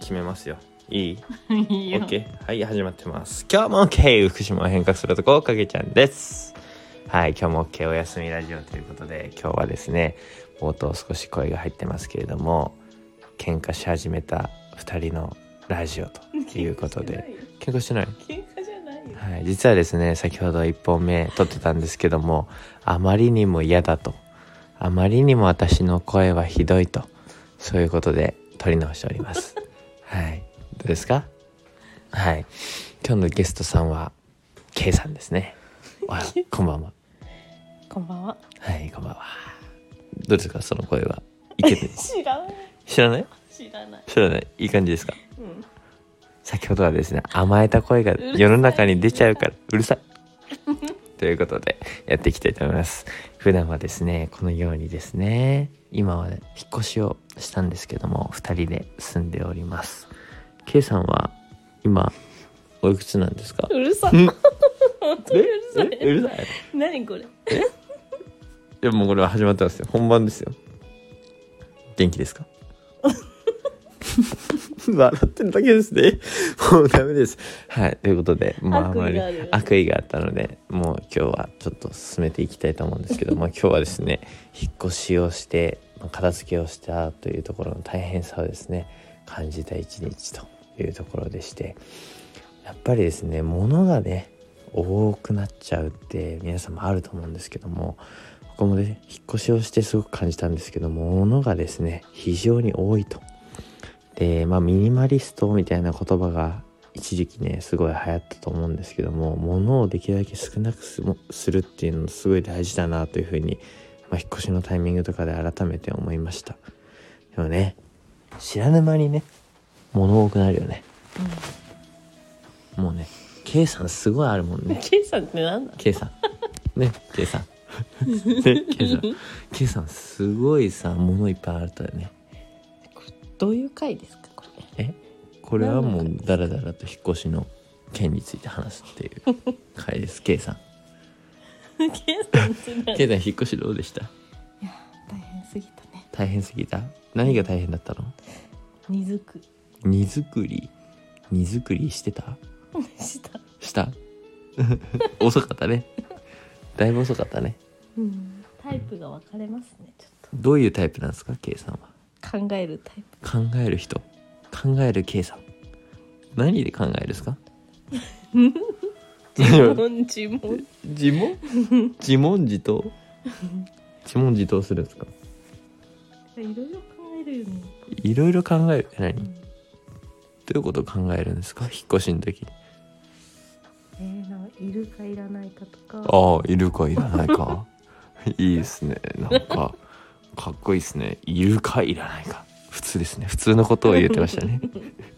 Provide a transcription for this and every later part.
始めますよ。いいいいよ。 OK。はい、始まってます。今日も OK! 福島を変革するとこ、かけちゃんです。はい、今日も OK お休みラジオということで、今日はですね、冒頭少し声が入ってますけれども、喧嘩し始めた2人のラジオということで。 喧嘩してない喧嘩じゃないよ。喧嘩じゃないよ。はい、実はですね先ほど1本目撮ってたんですけどもあまりにも嫌だとあまりにも私の声はひどいとそういうことで撮り直しておりますはいどうですかはい今日のゲストさんは K さんですねわこんばんはこんばんは。はいこんばんはどうですかその声はいけて知らない。知らない知らない。知らないいい感じですかうん。先ほどはですね甘えた声が世の中に出ちゃうからうるさい ということでやっていきたいと思います普段はですねこのようにですね今は引っ越しをしたんですけども2人で住んでおります K さんは今おいくつなんですかうるんさ。本当えにうるさえうい。るさい何これ。でももうこれは始まってますよ本番ですよ元気ですか 笑ってるだけですねもうダメですはいということでもうあまり悪意がある悪意があったのでもう今日はちょっと進めていきたいと思うんですけ ども今日はですね引っ越しをしてまあ片付けをしたというところの大変さをですね感じた一日というところでしてやっぱりですね物がね多くなっちゃうって皆さんもあると思うんですけども僕もね引っ越しをしてすごく感じたんですけど物がですね非常に多いと。でまあミニマリストみたいな言葉が一時期ねすごい流行ったと思うんですけども物をできるだけ少なくすもするっていうのすごい大事だなというふうに、まあ、引っ越しのタイミングとかで改めて思いましたでもね知らぬ間にね物多くなるよねもうね K さんすごいあるもんねケイさんってなんだ。 K さんね K さんね K さん K さんすごいさ物いっぱいあったよねどういう回ですかこれ。えこれはもうダラダラと引っ越しの件について話すっていう回です K さんケイさんってなんだ。 K さん引っ越しどうでした大変すぎたね。大変すぎた何が大変だったの荷造り荷造り荷造りしてたした。した 遅かったねだいぶ遅かったねうん。タイプが分かれますね。ちょっどういうタイプなんですか K さんはと考えるタイプ。考える人考える K さん何で考えるんですか自問自問。 自 問自問自答自問自答するんですかいろいろ考えるよね。いろいろ考える何うどんういうことを考えるんですか引っ越しの時えー、なんかいるかいらないかとか。ああいるかいらないか いいですねなんかかっこいいですねいるかいらないか普通ですね普通のことを言ってましたね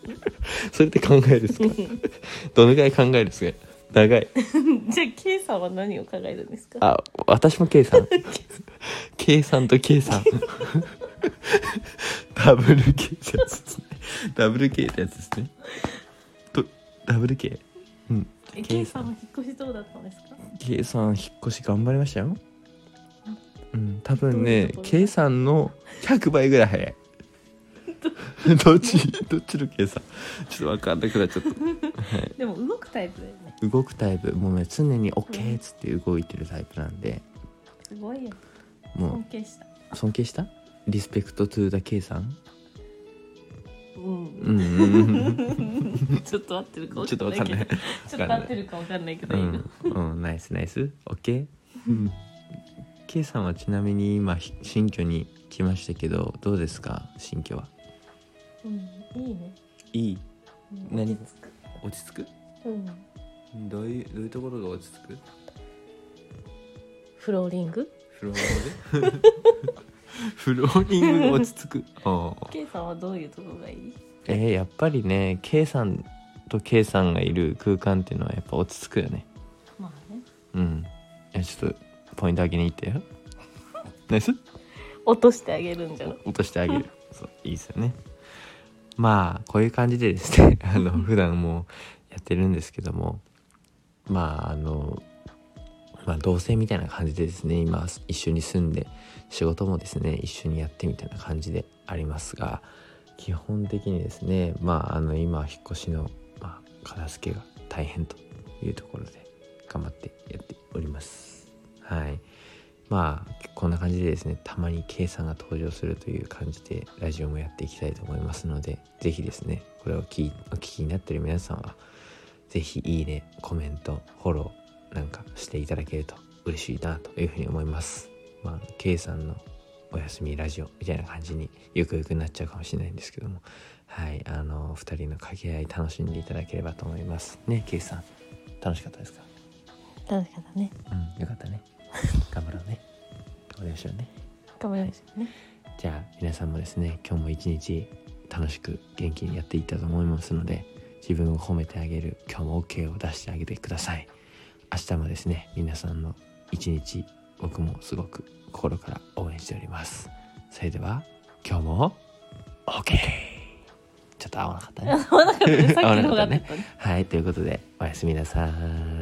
それって考えですか どのぐらい考えるんですか長い じゃあ、ケイさんは何を考えるんですか。あ私も K さん K さんと K さん ダブル K ってやつですねダブル K ってやつですねとダブル K うんえケイさんは引っ越しどうだったんですか。 K さん引っ越し頑張りましたようん多分どういうねこと K さんの100倍ぐらい早い どっちどっちの K さんちょっと分かんなくなっちゃったでも動くタイプだよね。動くタイプもうね常に OK っつって動いてるタイプなんですごいよ。も尊敬した。う尊敬したリスペクトトゥーダ K さ んうん。うんうんちょっと合ってるかちょっとわかんないけど。ちょっと合ってるかわかんないけ ど。う今ん、うん、ナイスナイス OK、うん、K さんはちなみに今ひ新居に来ましたけどどうですか新居はうん、いいね。いいうん何落ち着く落ち着くうん。どういうどういうところが落ち着くフローリング。フローリングフローリングが落ち着くああケイさんはどういうとこがいい。えー、やっぱりね K さんと K さんがいる空間っていうのはやっぱ落ち着くよねまあね。うんえちょっとポイント上げに行って よナイス落としてあげるんじゃない。落としてあげるそういいですよねまあこういう感じでですねあの普段もうやってるんですけどもまああのまあ同棲みたいな感じでですね今一緒に住んで仕事もですね一緒にやってみたいな感じでありますが基本的にですねまああの今は引っ越しの、まあ、片付けが大変というところで頑張ってやっておりますはいまあこんな感じでですねたまに K さんが登場するという感じでラジオもやっていきたいと思いますので是非ですねこれを聞いお聞きになってる皆さんは是非いいねコメントフォローなんかしていただけると嬉しいなというふうに思いますまあ K さんのお休みラジオみたいな感じにゆくゆくなっちゃうかもしれないんですけどもはいあの2人の掛け合い楽しんでいただければと思いますね K さん楽しかったですか楽しかったね。うんよかったね頑張ろうね頑張りましょうね頑張りましょうね。じゃあ皆さんもですね今日も一日楽しく元気にやっていったと思いますので自分を褒めてあげる今日も OK を出してあげてください明日もですね皆さんの一日僕もすごく心から応援しておりますそれでは今日も OK ちょっと合わなかったね合わなかったね。さっきの方が合ってたね。はいということでおやすみなさい